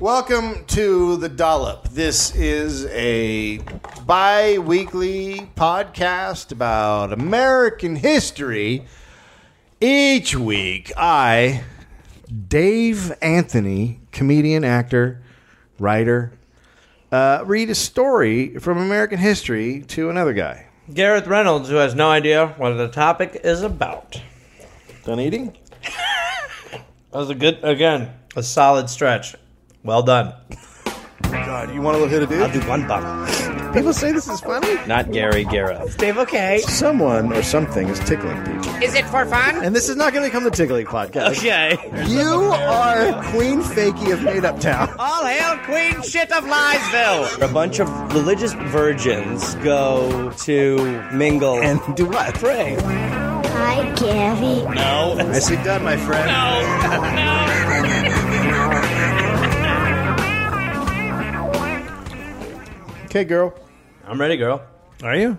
Welcome to The Dollop. This is a bi weekly podcast about American history. Each week, I, Dave Anthony, comedian, actor, writer, uh, read a story from American history to another guy. Gareth Reynolds, who has no idea what the topic is about. Done eating? That was a good, again, a solid stretch. Well done. God, you want to look at a I'll dude? do one bottle. People say this is funny. Not Gary Gareth. Dave, okay. Someone or something is tickling people. Is it for fun? And this is not going to become the tickling podcast. Okay. You are Queen Fakey of Made Up Town. All hail Queen Shit of Liesville! A bunch of religious virgins go to mingle and do what? pray. Hi, Gabby. No. Nicely done, my friend. Okay, girl. I'm ready, girl. Are you?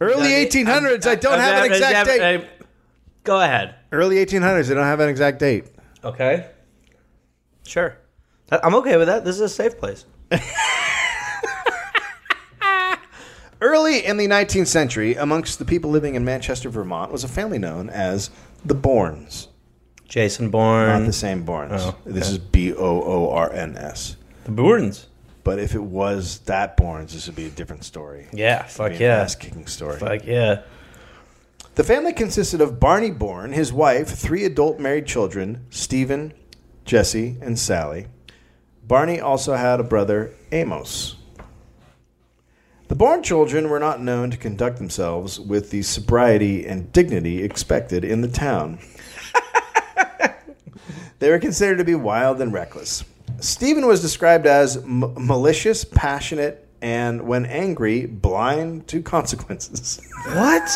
Early 1800s. I don't have an exact date. Hey, Go ahead. Early 1800s. I don't have an exact date. Okay. Sure. I- I'm okay with that. This is a safe place. Early in the 19th century, amongst the people living in Manchester, Vermont, was a family known as the Bournes. Jason Not Bourne. the same Bournes. Oh, okay. This is B O O R N S. The Bournes. But if it was that Bournes, this would be a different story. Yeah. Be Fuck an yeah. ass-kicking story. Fuck yeah. The family consisted of Barney Bourne, his wife, three adult married children, Stephen, Jesse, and Sally. Barney also had a brother, Amos. The Bourne children were not known to conduct themselves with the sobriety and dignity expected in the town. they were considered to be wild and reckless. Stephen was described as m- malicious, passionate, and when angry, blind to consequences. What?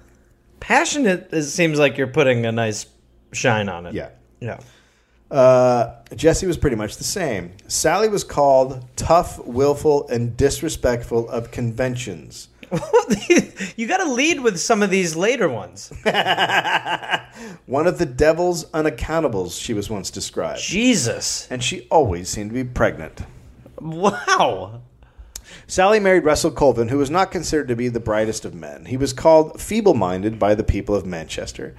Passionate it seems like you're putting a nice shine on it. yeah. Yeah. Uh, Jesse was pretty much the same. Sally was called tough, willful, and disrespectful of conventions. you got to lead with some of these later ones. One of the devil's unaccountables, she was once described. Jesus. And she always seemed to be pregnant. Wow. Sally married Russell Colvin, who was not considered to be the brightest of men. He was called feeble minded by the people of Manchester.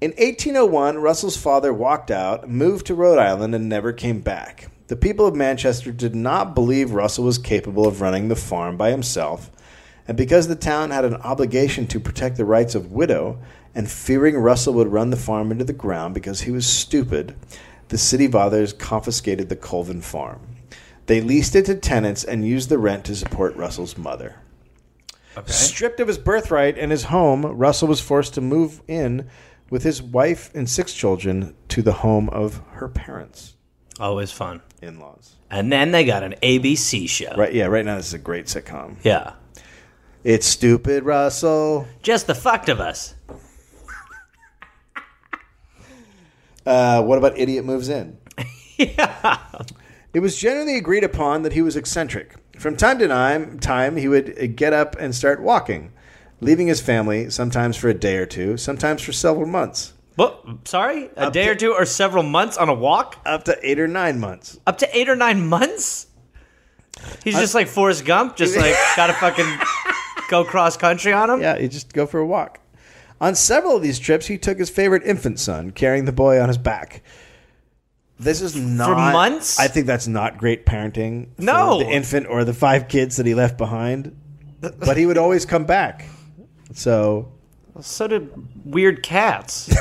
In 1801, Russell's father walked out, moved to Rhode Island, and never came back. The people of Manchester did not believe Russell was capable of running the farm by himself, and because the town had an obligation to protect the rights of widow, and fearing Russell would run the farm into the ground because he was stupid, the city fathers confiscated the Colvin farm. They leased it to tenants and used the rent to support Russell's mother. Stripped of his birthright and his home, Russell was forced to move in with his wife and six children to the home of her parents Always fun. in laws. And then they got an ABC show. Right, yeah, right now this is a great sitcom. Yeah. It's stupid, Russell. Just the fucked of us. Uh, what about Idiot Moves In? yeah. It was generally agreed upon that he was eccentric. From time to time, time he would uh, get up and start walking, leaving his family, sometimes for a day or two, sometimes for several months, What? Sorry? A day or two or several months on a walk? up to eight or nine months. Up to eight or nine months? He's just like Forrest Gump, just like gotta fucking go cross country on him? Yeah, you just go for a walk. On several of these trips, he took his favorite infant son, carrying the boy on his back. This is not months? I think that's not great parenting. for No. the infant or the five kids that he left behind. But he would always come back. So So did weird cats.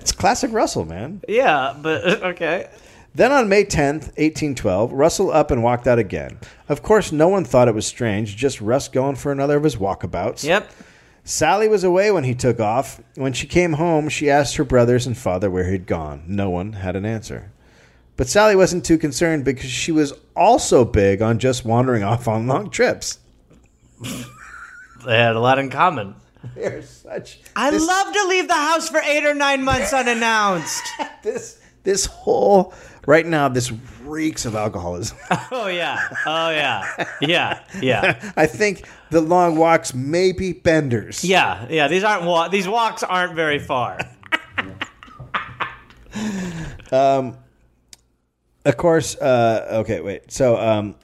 it's classic Russell, man. yeah, but okay. Then on May 10th, 1812, Russell up and walked out again. Of course, no one thought it was strange, just Russ going for another of his walkabouts. Yep. Sally was away when he took off. When she came home, she asked her brothers and father where he'd gone. No one had an answer. But Sally wasn't too concerned because she was also big on just wandering off on long trips. They had a lot in common. They're such I this, love to leave the house for eight or nine months unannounced. this this whole Right now, this reeks of alcoholism. Oh yeah. Oh yeah. Yeah. Yeah. I think the long walks may be benders. Yeah. Yeah. These aren't wa- these walks aren't very far. Of course, uh, okay, wait. So, um,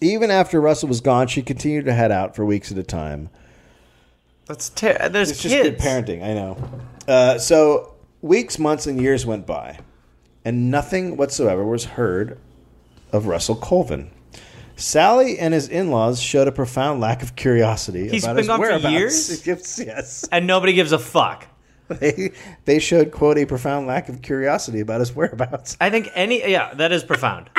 even after Russell was gone, she continued to head out for weeks at a time. That's ter- there's It's just kids. good parenting, I know. Uh, so, weeks, months, and years went by, and nothing whatsoever was heard of Russell Colvin. Sally and his in laws showed a profound lack of curiosity He's about been his gone for whereabouts. years? Yes, yes. And nobody gives a fuck. They, they showed, quote, a profound lack of curiosity about his whereabouts. I think any yeah, that is profound.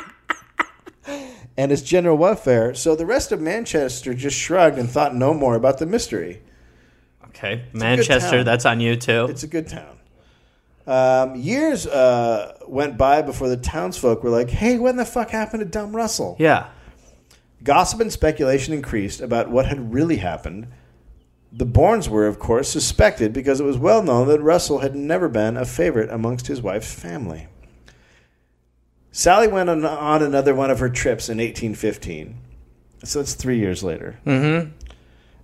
and his general welfare, so the rest of Manchester just shrugged and thought no more about the mystery. Okay. town. Manchester, that's on you too. It's a good town. Um, years uh, went by before the townsfolk were like, hey, what in the fuck happened to dumb Russell? yeah. Gossip and speculation increased about what had really happened. The Bournes were, of course, suspected because it was well known that Russell had never been a favorite amongst his wife's family. Sally went on, on another one of her trips in 1815. So it's three years later. Mm-hmm.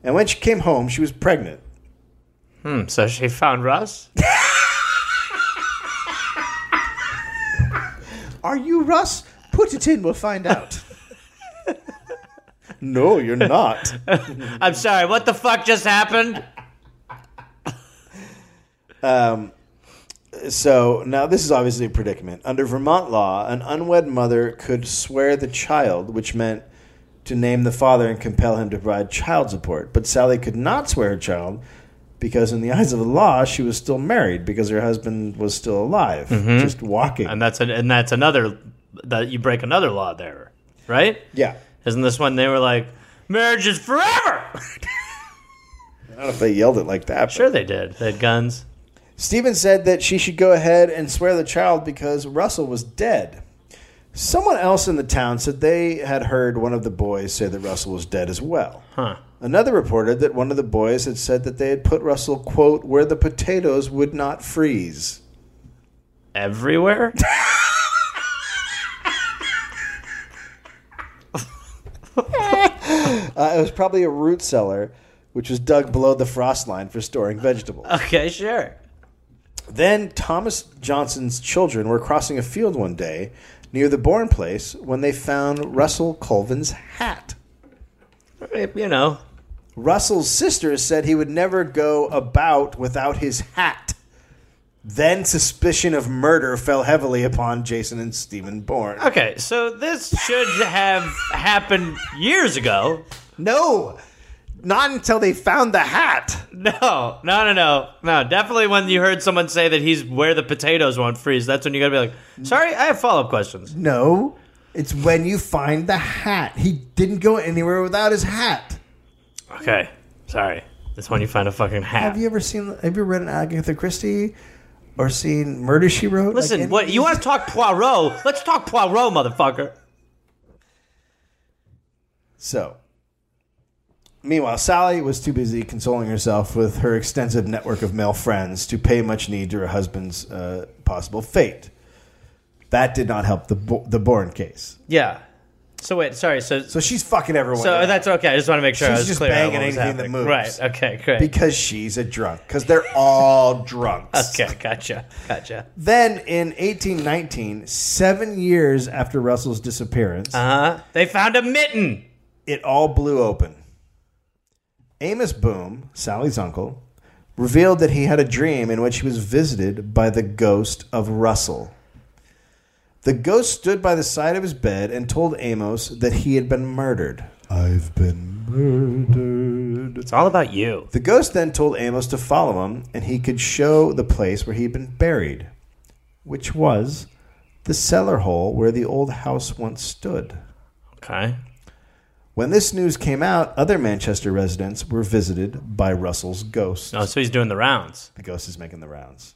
And when she came home, she was pregnant. Hmm, so she found Russ? Are you Russ? Put it in, we'll find out. no, you're not. I'm sorry, what the fuck just happened? So now this is obviously a predicament. Under Vermont law, an unwed mother could swear the child, which meant to name the father and compel him to provide child support. But Sally could not swear her child because, in the eyes of the law, she was still married because her husband was still alive, just walking. And that's an, and that's another that you break another law there, right? yeah, Isn't this when they were like, marriage is forever? I don't know if they yelled it like that. but- sure they did. They had guns. Stephen said that she should go ahead and swear the child because Russell was dead. Someone else in the town said they had heard one of the boys say that Russell was dead as well. Huh. Another reported that one of the boys had said that they had put Russell, quote, where the potatoes would not freeze. Everywhere? Uh, it was probably a root cellar, which was dug below the frost line for storing vegetables. Okay, sure. Then Thomas Johnson's children were crossing a field one day near the Bourne place when they found Russell Colvin's hat. You know, Russell's sister said he would never go about without his hat. Then suspicion of murder fell heavily upon Jason and Stephen Bourne. Okay, so this should have happened years ago. No, not until they found the hat. No, no, no, no, no. Definitely when you heard someone say that he's where the potatoes won't freeze. That's when you gotta be like, sorry, I have follow up questions. No, it's when you find the hat. He didn't go anywhere without his hat. Okay, sorry. That's when you find a fucking hat. Have you ever seen? Have you read an Agatha Christie or seen Murder She Wrote? Like Listen, any what of you these? want to talk Poirot? Let's talk Poirot, motherfucker. So, meanwhile, Sally was too busy consoling herself with her extensive network of male friends to pay much heed to her husband's uh, possible fate. That did not help the Bo- the Bourne case. Yeah. So wait, sorry. So so, So she's fucking everyone. out that's okay. I just want to make sure I She's was just clear on banging what was anything that happening. moves. Right. Okay. Great. because she's a drunk. Because they're all drunks. okay. Gotcha. Gotcha. Then in 1819, seven years after Russell's disappearance, Uh huh. They found a mitten. it all blew open. Amos Boom, Sally's uncle, revealed that he had a dream in which he was visited by the ghost of Russell. The ghost stood by the side of his bed and told Amos that he had been murdered. I've been murdered. It's all about you. The ghost then told Amos to follow him and he could show the place where he had been buried, which was the cellar hole where the old house once stood. Okay. When this news came out, other Manchester residents were visited by Russell's ghost. Oh, so he's doing the rounds. The ghost is making the rounds.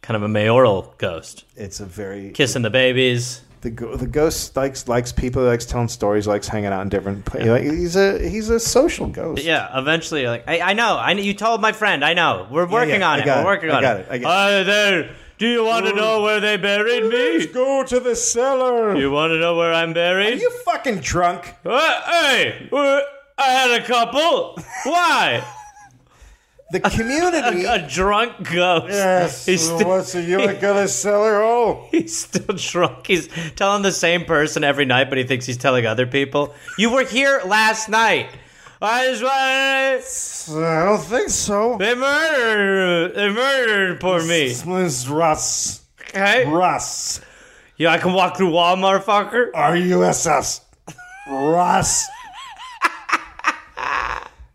kind of a mayoral ghost, It's a very kissing the babies. the go- the ghost likes likes people, likes telling stories, likes hanging out in different places. he's a he's a social ghost. Yeah, eventually, you're like I, I know, I know. You told my friend, I know. We're working yeah, on I it. got We're it, working I on got it, it. I got Uh, there, Do you want to know where they buried me? Go to the cellar. You want to know where I'm buried? you fucking drunk? Uh, hey, uh, I had a couple. Why? The community. a drunk ghost. He's still- what's a you to the cellar? Oh, He's still drunk. He's telling the same person every night, but he thinks he's telling other people. You were here last night. I just want I don't think so. they murdered they murdered poor me. Miss Russ. Hey, Russ. yeah, I can walk through wall, motherfucker. R U S S. Russ.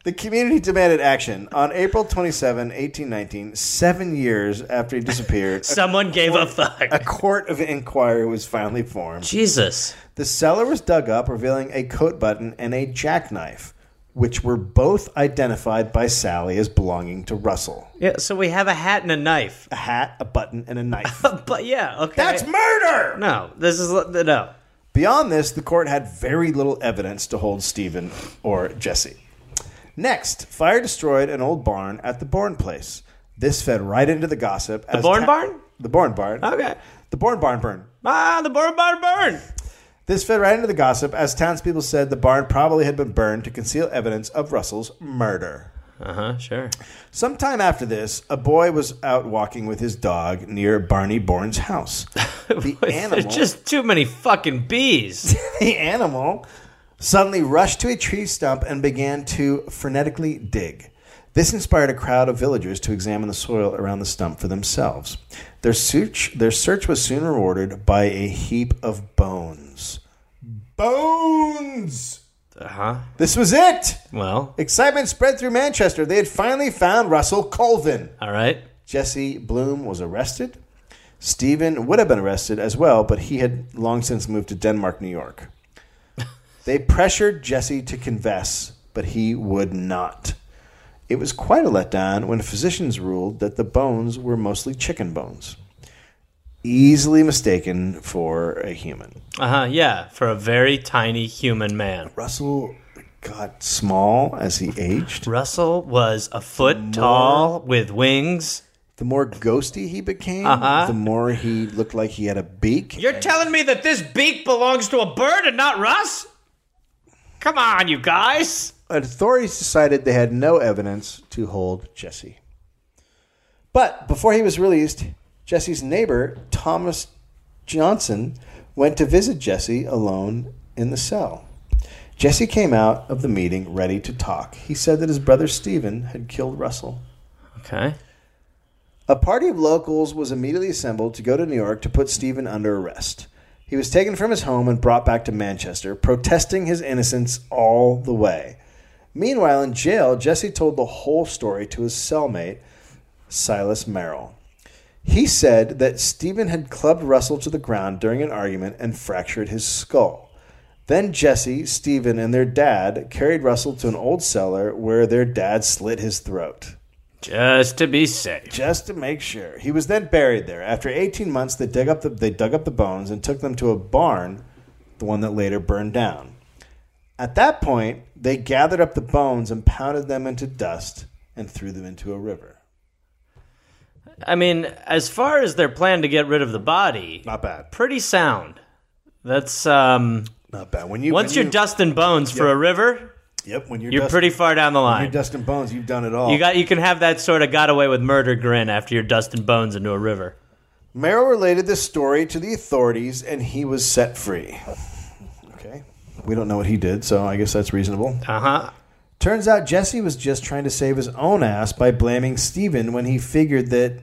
The community demanded action. On April 27, 1819, seven years after he disappeared, a- Someone gave a a fuck. court of inquiry was finally formed. Jesus. The cellar was dug up, revealing a coat button and a jackknife, which were both identified by Sally as belonging to Russell. Yeah. So we have a hat and a knife. A hat, a button, and a knife. But yeah, okay. That's murder! no. This is no. Beyond this, the court had very little evidence to hold Stephen or Jesse. Next, fire destroyed an old barn at the Bourne place. This fed right into the gossip. The Bourne barn? The Bourne barn. Okay. The Bourne barn burn. Ah, the burn, burn, burn. This fed right into the gossip as townspeople said the barn probably had been burned to conceal evidence of Russell's murder. Uh huh. Sure. Sometime after this, a boy was out walking with his dog near Barney Bourne's house. The There's animal just too many fucking bees. the animal suddenly rushed to a tree stump and began to frenetically dig. This inspired a crowd of villagers to examine the soil around the stump for themselves. Their search, their search was soon rewarded by a heap of bones. Bones! Uh huh. This was it! Well, Excitement spread through Manchester. They had finally found Russell Colvin. all right. Jesse Bloom was arrested. Stephen would have been arrested as well, but he had long since moved to Denmark, New York. They pressured Jesse to confess, but he would not. It was quite a letdown when physicians ruled that the bones were mostly chicken bones, easily mistaken for a human. Uh huh. Yeah, for a very tiny human man. Russell got small as he aged. Russell was a foot tall with wings. The more ghosty he became, the more he looked like he had a beak. You're telling me that this beak belongs to a bird and not Russ? Come on, you guys. authorities decided they had no evidence to hold Jesse. But before he was released, Jesse's neighbor, Thomas Johnson, went to visit Jesse alone in the cell. Jesse came out of the meeting ready to talk. He said that his brother Stephen had killed Russell. Okay. A party of locals was immediately assembled to go to New York to put Stephen under arrest. He was taken from his home and brought back to Manchester, protesting his innocence all the way. Meanwhile, in jail, Jesse told the whole story to his cellmate, Silas Merrill. He said that Stephen had clubbed Russell to the ground during an argument and fractured his skull. Then Jesse, Stephen, and their dad carried Russell to an old cellar where their dad slit his throat Just to be safe. just to make sure. He was then buried there. After 18 months, they dug up the they dug up the bones and took them to a barn, the one that later burned down. At that point, they gathered up the bones and pounded them into dust and threw them into a river. I mean, as far as their plan to get rid of the body, Not bad. pretty sound. That's um Not bad. When you once when you're you- dusting bones for a river, yep, when you're, you're dust- pretty far down the You're line. dusting bones. You've done it all. You got you can have that sort of got away with murder grin after you're dusting bones into a river. Merrill related this story to the authorities, and he was set free. Okay, we don't know what he did, so I guess that's reasonable. Uh-huh. Turns out Jesse was just trying to save his own ass by blaming Steven when he figured that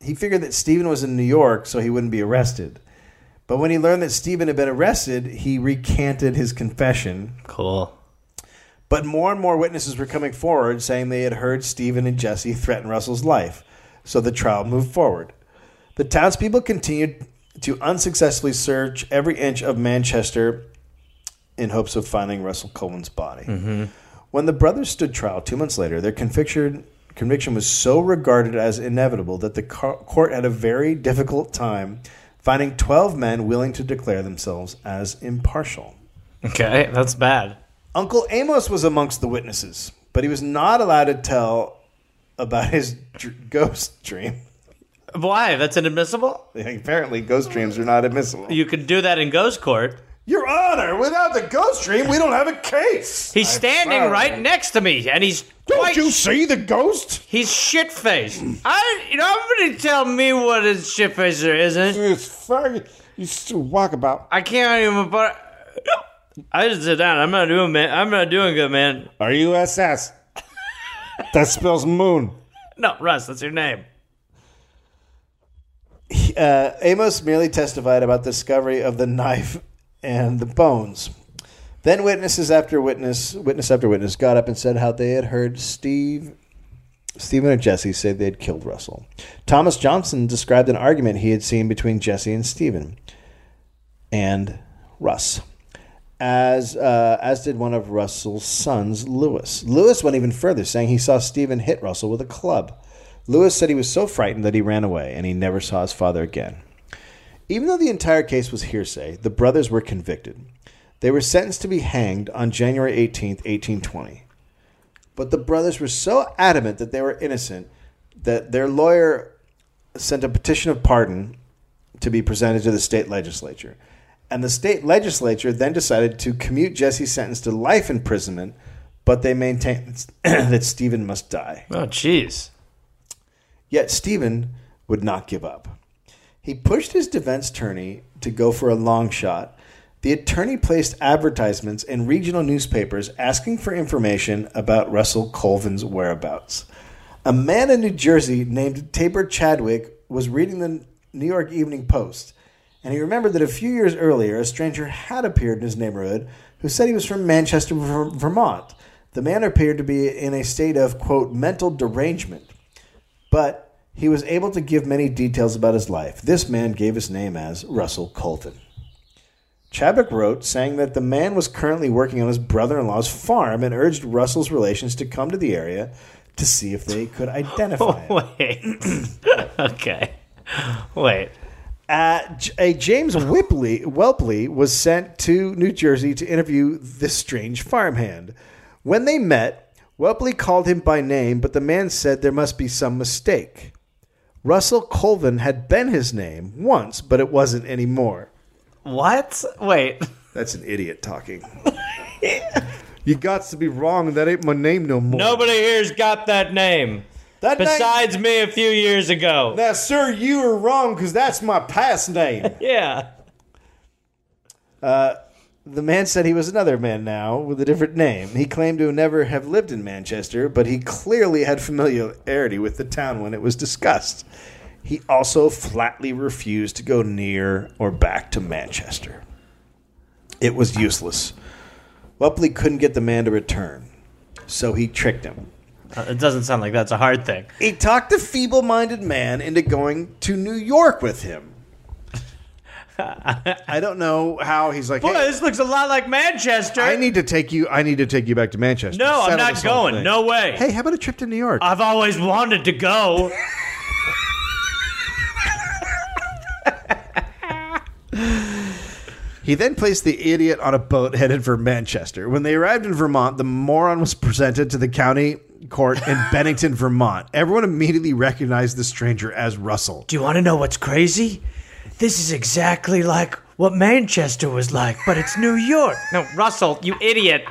he figured that Steven was in New York so he wouldn't be arrested. But when he learned that Steven had been arrested, he recanted his confession. Cool. But more and more witnesses were coming forward saying they had heard Steven and Jesse threaten Russell's life. So the trial moved forward. The townspeople continued to unsuccessfully search every inch of Manchester in hopes of finding Russell Coleman's body. When the brothers stood trial two months later, their conviction, conviction was so regarded as inevitable that the co- court had a very difficult time finding 12 men willing to declare themselves as impartial. Okay, that's bad. Uncle Amos was amongst the witnesses, but he was not allowed to tell about his dr- ghost dream. Why? That's inadmissible? Apparently, ghost dreams are not admissible. You could do that in ghost court. Your Honor, without the ghost dream, we don't have a case. He's standing found right it. next to me, and he's Don't quite you see the ghost? He's shit faced. I nobody tell me what is shit faced or isn't. It's fucking. You still walk about. I can't even. But I just sit down. I'm not doing man. I'm not doing good, man. Are you SS? that spells moon. No, Russ, that's your name. Uh, Amos merely testified about the discovery of the knife and the bones. Then witnesses after witness, witness after witness, got up and said how they had heard Steve, Stephen and Jesse say they had killed Russell. Thomas Johnson described an argument he had seen between Jesse and Stephen, and Russ, as uh, as did one of Russell's sons, Lewis. Lewis went even further, saying he saw Stephen hit Russell with a club. Lewis said he was so frightened that he ran away and he never saw his father again. Even though the entire case was hearsay, the brothers were convicted. They were sentenced to be hanged on January 18th, 1820. But the brothers were so adamant that they were innocent that their lawyer sent a petition of pardon to be presented to the state legislature. And the state legislature then decided to commute Jesse's sentence to life imprisonment, but they maintained that Stephen must die. Oh, jeez. Yet Stephen would not give up. He pushed his defense attorney to go for a long shot. The attorney placed advertisements in regional newspapers asking for information about Russell Colvin's whereabouts. A man in New Jersey named Tabor Chadwick was reading the New York Evening Post, and he remembered that a few years earlier, a stranger had appeared in his neighborhood who said he was from Manchester, Ver- Vermont. The man appeared to be in a state of, quote, mental derangement but he was able to give many details about his life. This man gave his name as Russell Colton. Chadwick wrote, saying that the man was currently working on his brother in law's farm and urged Russell's relations to come to the area to see if they could identify him. Wait. okay. Wait. Uh, J- a James Whipley, Welpley was sent to New Jersey to interview this strange farmhand. When they met, Welpley called him by name, but the man said there must be some mistake. Russell Colvin had been his name once, but it wasn't anymore. What? Wait. That's an idiot talking. you got to be wrong. That ain't my name no more. Nobody here's got that name. That Besides me, a few years ago. now, sir, you are wrong because that's my past name. yeah. The man said he was another man now with a different name. He claimed to never have lived in Manchester, but he clearly had familiarity with the town when it was discussed. He also flatly refused to go near or back to Manchester. It was useless. Wepley couldn't get the man to return, so he tricked him. Uh, It doesn't sound like that's a hard thing. He talked the feeble minded man into going to New York with him. I don't know how he's like. Boy, "Hey, this looks a lot like Manchester. I need to take you. I need to take you back to Manchester. No, I'm Settle not this whole going. thing. No Uh, way. Hey, how about a trip to New York? I've always wanted to go. he then placed the idiot on a boat headed for Manchester. When they arrived in Vermont, the moron was presented to the county court in Bennington, Vermont. Everyone immediately recognized the stranger as Russell. Do you want to know what's crazy? This is exactly like what Manchester was like, but it's New York. No, Russell, you idiot.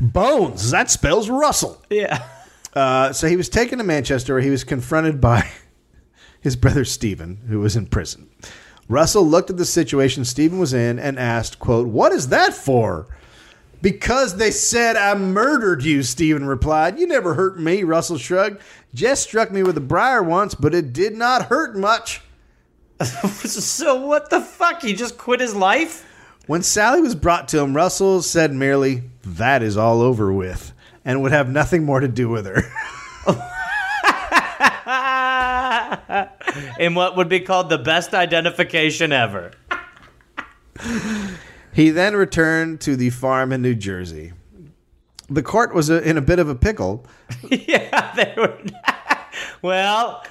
Bones. That spells Russell. Yeah. Uh, so he was taken to Manchester where he was confronted by his brother Stephen, who was in prison. Russell looked at the situation Stephen was in and asked, quote, What is that for? Because they said I murdered you, Stephen replied. You never hurt me, Russell shrugged. Jess struck me with a briar once, but it did not hurt much. So what the fuck? He just quit his life? When Sally was brought to him, Russell said merely, That is all over with, and would have nothing more to do with her. In what would be called the best identification ever. He then returned to the farm in New Jersey. The court was a, in a bit of a pickle. yeah, they were. well,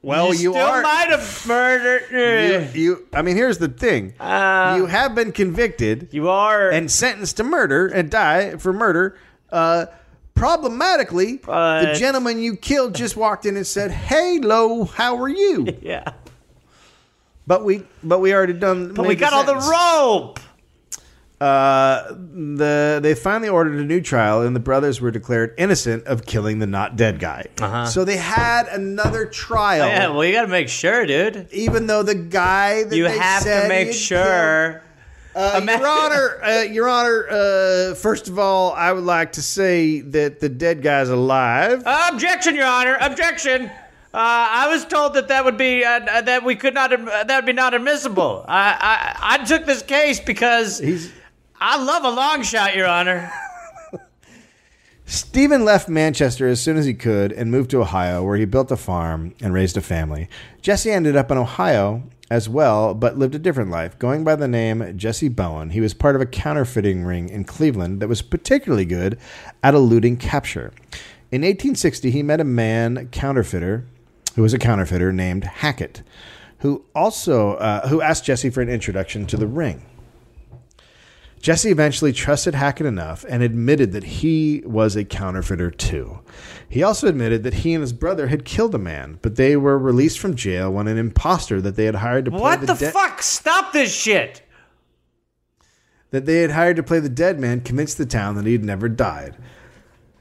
Well, you, still are. might have you, murdered. you- I mean, here's the thing: Uh, you have been convicted You, are. and sentenced to murder and die for murder. Uh, Problematically, the But- gentleman you killed just walked in and said, "Hey, lo, how are you?" Yeah. But we, but we already done. But we got all the rope. Oh. Uh, the they finally ordered a new trial, and the brothers were declared innocent of killing the not dead guy. So they had another trial, Uh-huh. Yeah, well, you got to make sure, dude. even though the guy that You they have said to he make had sure. Uh, Imagine- Your Honor, uh, Your Honor. Uh, first of all, I would like to say that the dead guy's alive. Uh, Objection, Your Honor. Objection. Uh, I was told that that would be uh, uh, that we could not uh, that would be not admissible. I, I I took this case because He's I love a long shot, Your Honor. Stephen left Manchester as soon as he could and moved to Ohio, where he built a farm and raised a family. Jesse ended up in Ohio as well, but lived a different life, going by the name Jesse Bowen. He was part of a counterfeiting ring in Cleveland that was particularly good at eluding capture. In 1860, he met a man counterfeiter who was a counterfeiter named Hackett, who also uh, who asked Jesse for an introduction to the ring. Jesse eventually trusted Hackett enough and admitted that he was a counterfeiter too. He also admitted that he and his brother had killed a man, but they were released from jail when an imposter that they had hired to play What the de- fuck? Stop this shit. that they had hired to play the dead man convinced the town that he had never died.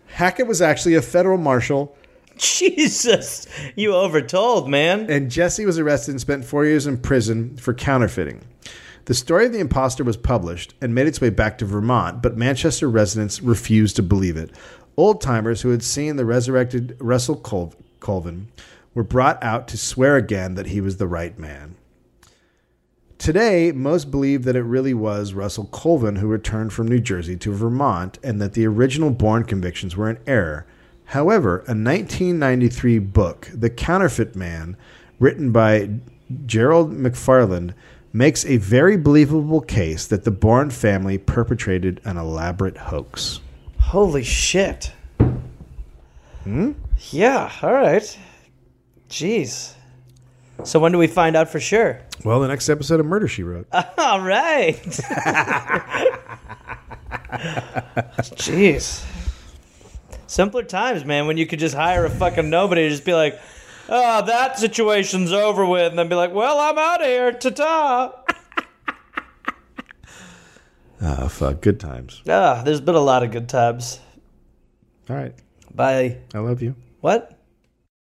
Hackett was actually a federal marshal, Jesus, you overtold, man. and Jesse was arrested and spent four years in prison for counterfeiting. The story of the imposter was published and made its way back to Vermont, but Manchester residents refused to believe it. Old timers who had seen the resurrected Russell Col- Colvin were brought out to swear again that he was the right man. Today, most believe that it really was Russell Colvin who returned from New Jersey to Vermont and that the original Bourne convictions were an error. However, a 1993 book, The Counterfeit Man, written by Gerald McFarland, makes a very believable case that the Bourne family perpetrated an elaborate hoax. Holy shit. Hmm? Yeah, all right. Jeez. So when do we find out for sure? Well, the next episode of Murder She Wrote. All right. Jeez. Simpler times, man, when you could just hire a fucking nobody and just be like, oh, that situation's over with, and then be like, well, I'm out of here. Ta ta. Ah, fuck. Good times. Ah, there's been a lot of good times. All right. Bye. I love you. What?